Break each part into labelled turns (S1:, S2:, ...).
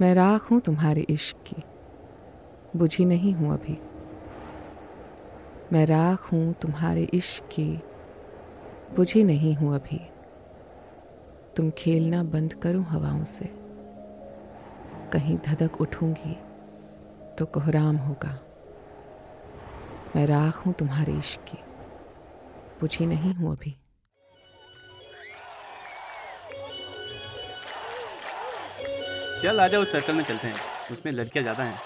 S1: मैं राख हूँ तुम्हारे इश्क की बुझी नहीं हूँ अभी मैं राख हूँ तुम्हारे इश्क की बुझी नहीं हूँ अभी तुम खेलना बंद करो हवाओं से कहीं धधक उठूंगी तो कोहराम होगा मैं राख हूँ तुम्हारे इश्क की बुझी नहीं हूँ अभी
S2: चल आ जाओ उस सर्कल में चलते हैं उसमें लड़कियां ज़्यादा हैं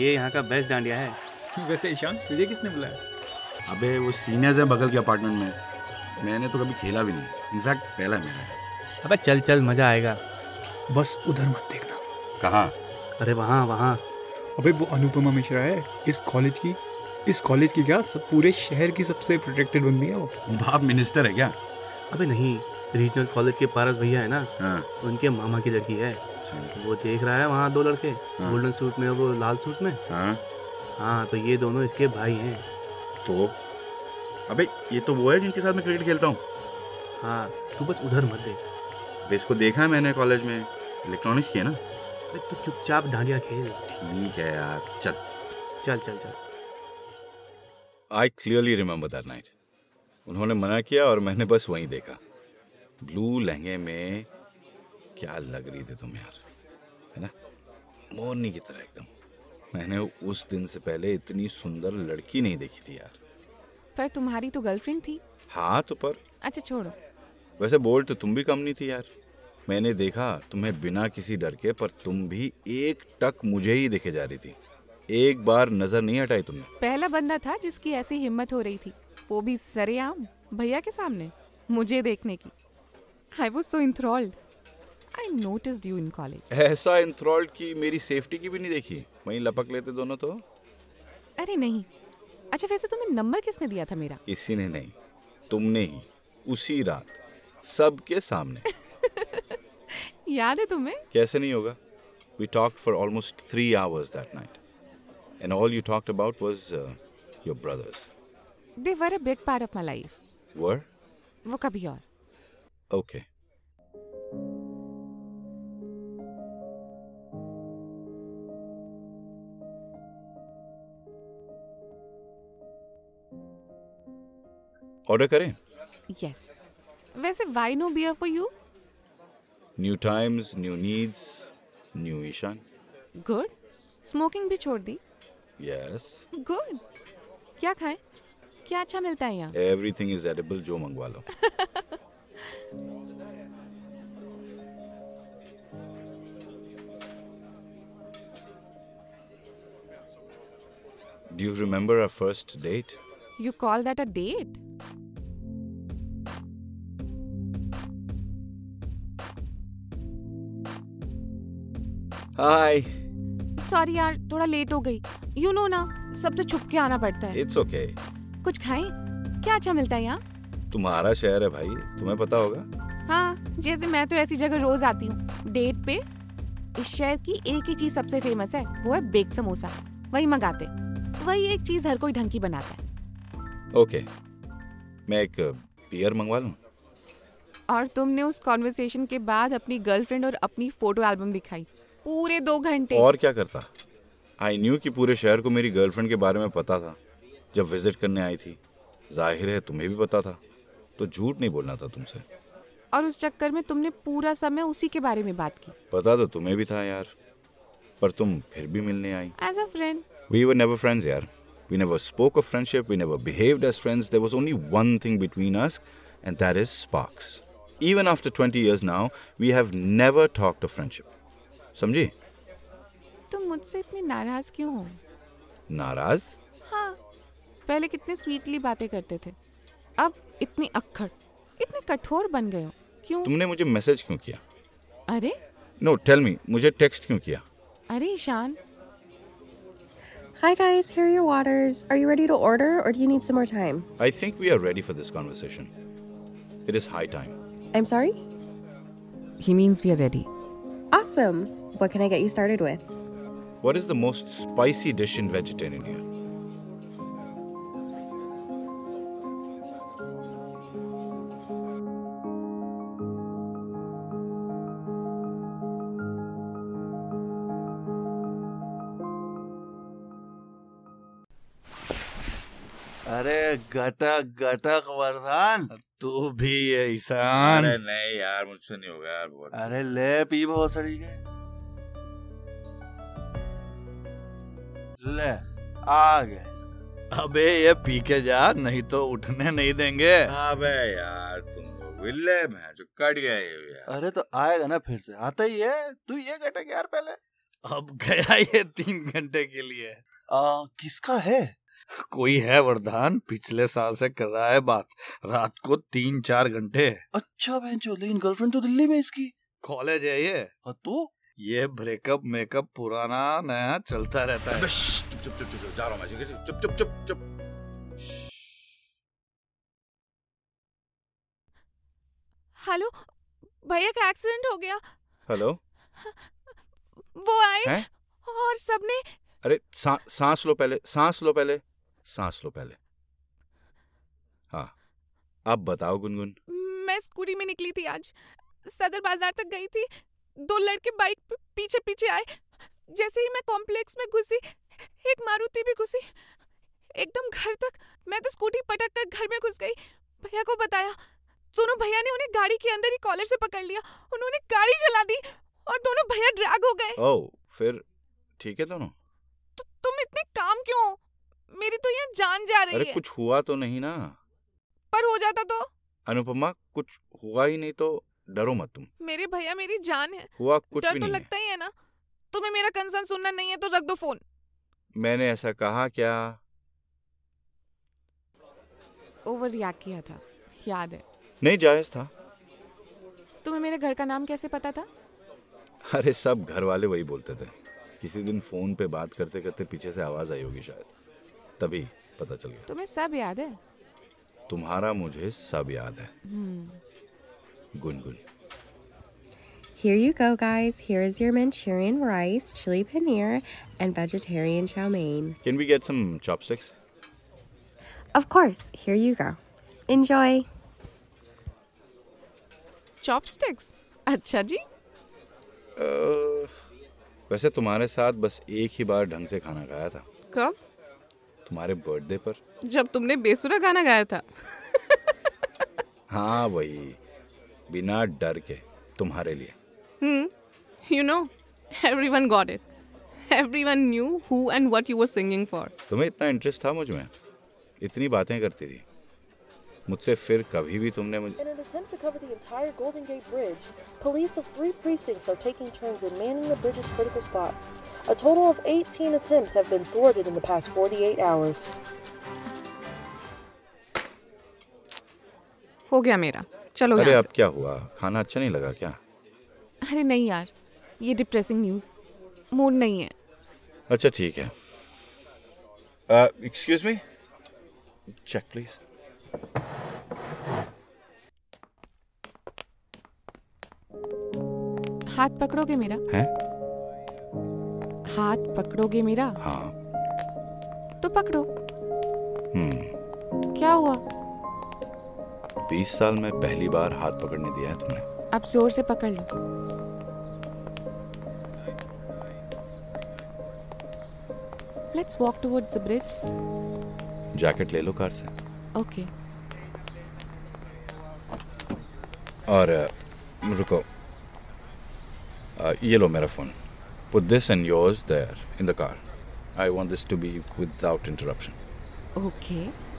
S2: ये यहाँ का बेस्ट डांडिया है
S3: वैसे ईशान तुझे किसने बुलाया
S4: अबे वो सीनियर्स है बगल के अपार्टमेंट में मैंने तो कभी खेला भी नहीं इनफैक्ट पहला है मेरा
S2: अबे चल चल मज़ा आएगा
S3: बस उधर मत देखना
S4: कहाँ
S2: अरे वहाँ वहाँ
S3: अबे वो अनुपमा मिश्रा है इस कॉलेज की इस कॉलेज की क्या सब पूरे शहर की सबसे प्रोटेक्टेड बंदी है वो
S4: बाप मिनिस्टर है क्या
S2: अबे नहीं रीजनल कॉलेज के पारस भैया है ना
S4: हाँ
S2: उनके मामा की लड़की है
S4: अच्छा,
S2: वो देख रहा है वहाँ दो लड़के
S5: हाँ।
S2: गोल्डन सूट में और वो लाल सूट में
S4: हाँ
S2: हाँ तो ये दोनों इसके भाई हैं
S4: तो अबे ये तो वो है जिनके साथ मैं क्रिकेट खेलता हूँ
S2: हाँ तू बस उधर मत देख
S4: अबे इसको देखा है मैंने कॉलेज में इलेक्ट्रॉनिक्स की है ना
S2: अबे तू चुपचाप डांडिया खेल
S4: ठीक है यार चल
S2: चल चल चल
S5: I clearly remember that night उन्होंने मना किया और मैंने बस वहीं देखा ब्लू लहंगे में क्या लग रही थी तुम यार है ना मोरनी की तरह एकदम मैंने उस दिन से पहले इतनी सुंदर लड़की नहीं देखी थी यार
S6: पर तुम्हारी तो गर्लफ्रेंड थी
S5: हाँ तो पर
S6: अच्छा छोड़ो
S5: वैसे बोल तो तुम भी कम नहीं थी यार मैंने देखा तुम्हें बिना किसी डर के पर तुम भी एक टक मुझे ही देखे जा रही थी एक बार नजर नहीं हटाई तुमने
S6: पहला बंदा था जिसकी ऐसी हिम्मत हो रही थी वो भी सरेआम भैया के सामने मुझे देखने की I was so enthralled I noticed you in college
S5: ऐसा इंथ्रॉल्ड की मेरी सेफ्टी की भी नहीं देखी वहीं लपक लेते दोनों तो
S6: अरे नहीं अच्छा वैसे तुम्हें नंबर किसने दिया था मेरा
S5: किसी ने नहीं तुमने ही उसी रात सबके सामने
S6: याद है तुम्हें
S5: कैसे नहीं होगा we talked for almost three hours that night and all you talked about was your brothers
S6: they were a big part of my life
S5: were
S6: वो कभी और
S5: ओके ऑर्डर करें
S6: यस वैसे why no beer for you
S5: new times new needs new Ishaan
S6: good smoking भी छोड़ दी
S5: yes
S6: good क्या खाएं क्या अच्छा मिलता है यहाँ
S5: एवरीथिंग इज एडिबल जो मंगवा लो Do you remember our first date?
S6: You call that a date
S5: Hi,
S6: sorry यार थोड़ा लेट हो गई यू नो ना सबसे छुप के आना पड़ता है
S5: it's okay.
S6: कुछ खाएं क्या अच्छा मिलता है यहाँ
S5: तुम्हारा शहर है भाई तुम्हें पता होगा
S6: हाँ जैसे मैं तो ऐसी जगह रोज आती हूँ डेट पे इस शहर की एक ही चीज सबसे फेमस है वो है बेक समोसा वही मंगाते वही एक चीज हर कोई ढंग की बनाता है
S5: Okay. मैं एक बियर मंगवा लूँ
S6: और तुमने उस कॉन्वर्सेशन के बाद अपनी गर्लफ्रेंड और अपनी फोटो एल्बम दिखाई पूरे दो घंटे
S5: और क्या करता आई न्यू कि पूरे शहर को मेरी गर्लफ्रेंड के बारे में पता था जब विजिट करने आई थी जाहिर है तुम्हें भी पता था तो झूठ नहीं बोलना था तुमसे
S6: और उस चक्कर में तुमने पूरा समय उसी के बारे में बात की
S5: पता तो तुम्हें भी था यार पर तुम फिर भी मिलने आई
S6: as a friend
S5: we were never friends यार we never spoke of friendship we never behaved as friends there was only one thing between us and that is sparks even after 20 years now we have never talked of friendship समझी
S6: तुम मुझसे इतने नाराज क्यों हो
S5: नाराज
S6: हाँ पहले कितने स्वीटली बातें करते थे अब इतनी अक्खड़ इतने कठोर बन गए हो क्यों
S5: तुमने मुझे मैसेज क्यों किया
S6: अरे
S5: नो टेल मी मुझे टेक्स्ट क्यों किया
S6: अरे Ishaan
S7: Hi guys, here are your waters. Are you ready to order or do you need some more time?
S5: I think we are ready for this conversation. It is high time.
S7: I'm sorry?
S1: He means we are ready
S7: Awesome. What can I get you started with?
S5: What is the most spicy dish in vegetarian here?
S8: अरे गटक गटक वरदान
S5: तू भी है
S3: ईशान।
S5: अरे नहीं यार मुझसे नहीं होगा यार बहुत
S8: अरे ले पी भोसड़ी के ले आ गए
S9: अबे ये पी के जा नहीं तो उठने नहीं देंगे
S5: अबे यार तुम लोग विल्ले मैं जो कट गए हो यार
S8: अरे तो आएगा ना फिर से आता ही है तू ये गटक यार पहले
S9: अब गया ये तीन घंटे के लिए
S8: आ, किसका है
S9: कोई है वरदान पिछले साल से कर रहा है बात रात को तीन चार घंटे
S8: अच्छा बहन चो लेकिन गर्लफ्रेंड तो दिल्ली में है इसकी
S9: कॉलेज है ये
S8: हाँ, तो
S9: ये ब्रेकअप मेकअप पुराना नया चलता रहता है
S5: अबे श्श्श, चुप चुप चुप चुप चुप, जा रहा हूँ मैं चुप चुप चुप चुप
S6: हेलो भैया का एक्सीडेंट हो गया
S5: हेलो
S6: वो आए
S5: हैं?
S6: और सबने
S5: अरे सा, सांस लो पहले सांस लो पहले सांस लो पहले हाँ अब बताओ गुनगुन
S6: मैं स्कूटी में निकली थी आज सदर बाजार तक गई थी दो लड़के बाइक पे पीछे पीछे आए जैसे ही मैं कॉम्प्लेक्स में घुसी एक मारुति भी घुसी एकदम घर तक मैं तो स्कूटी पटक कर घर में घुस गई भैया को बताया दोनों भैया ने उन्हें गाड़ी के अंदर ही कॉलर से पकड़ लिया उन्होंने गाड़ी जला दी और दोनों भैया ड्रैग हो गए
S5: ओ फिर ठीक है दोनों
S6: तु, तुम इतने काम क्यों हो मेरी तो यहाँ जान जा रही
S5: अरे
S6: है
S5: कुछ हुआ तो नहीं ना
S6: पर हो जाता तो
S5: अनुपमा कुछ हुआ ही नहीं तो डरो मत तुम
S6: मेरे भैया मेरी जान है
S5: हुआ कुछ
S6: डर
S5: भी
S6: तो
S5: नहीं है
S6: लगता ही है ना तुम्हें मेरा कंसर्न सुनना नहीं है तो रख दो फोन
S5: मैंने ऐसा कहा क्या
S6: ओवर रिएक्ट किया था याद है
S5: नहीं जायज था
S6: तुम्हें मेरे घर का नाम कैसे पता था
S5: अरे सब घर वाले वही बोलते थे किसी दिन फोन पे बात करते करते पीछे से आवाज आई होगी शायद तभी पता चल गया
S6: तुम्हें सब याद है
S5: तुम्हारा मुझे सब याद है
S6: हम्म।
S5: Gungun
S7: Here you go, guys. Here is your Manchurian rice, chili paneer, and vegetarian chow mein.
S5: Can we get some chopsticks
S7: Of course, here you go. Enjoy.
S6: Chopsticks अच्छा जी
S5: वैसे तुम्हारे साथ बस एक ही बार ढंग से खाना खाया था
S6: कब
S5: तुम्हारे बर्थडे पर
S6: जब तुमने बेसुरा गाना गाया था
S5: हाँ वही बिना डर के तुम्हारे लिए
S6: you know everyone got it everyone knew who and what you were singing for
S5: तुम्हें इतना इंटरेस्ट था मुझ में इतनी बातें करती थी मुझसे फिर कभी भी तुमने मुझे
S10: In an attempt to cover the entire Golden Gate Bridge, police of three precincts are taking turns in manning the bridge's critical spots. A total of 18 attempts have been thwarted in the past 48 hours.
S6: हो गया मेरा चलो
S5: अरे
S6: यहाँ
S5: अब क्या हुआ खाना अच्छा नहीं लगा क्या
S6: से। अरे नहीं यार ये डिप्रेसिंग न्यूज़ मूड नहीं है
S5: अच्छा ठीक है एक्सक्यूज मी चेक प्लीज
S6: हाथ पकड़ोगे मेरा
S5: हैं
S6: हाथ पकड़ोगे मेरा
S5: हाँ
S6: तो पकड़ो
S5: हम्म
S6: क्या हुआ
S5: बीस साल में पहली बार हाथ पकड़ने दिया है तुमने
S6: अब जोर से पकड़ लो let's walk towards the bridge
S5: jacket ले लो कार से
S6: ओके
S5: और अ, रुको अ, ये लो मेरा phone put this and yours there in the car I want this to be without interruption
S6: okay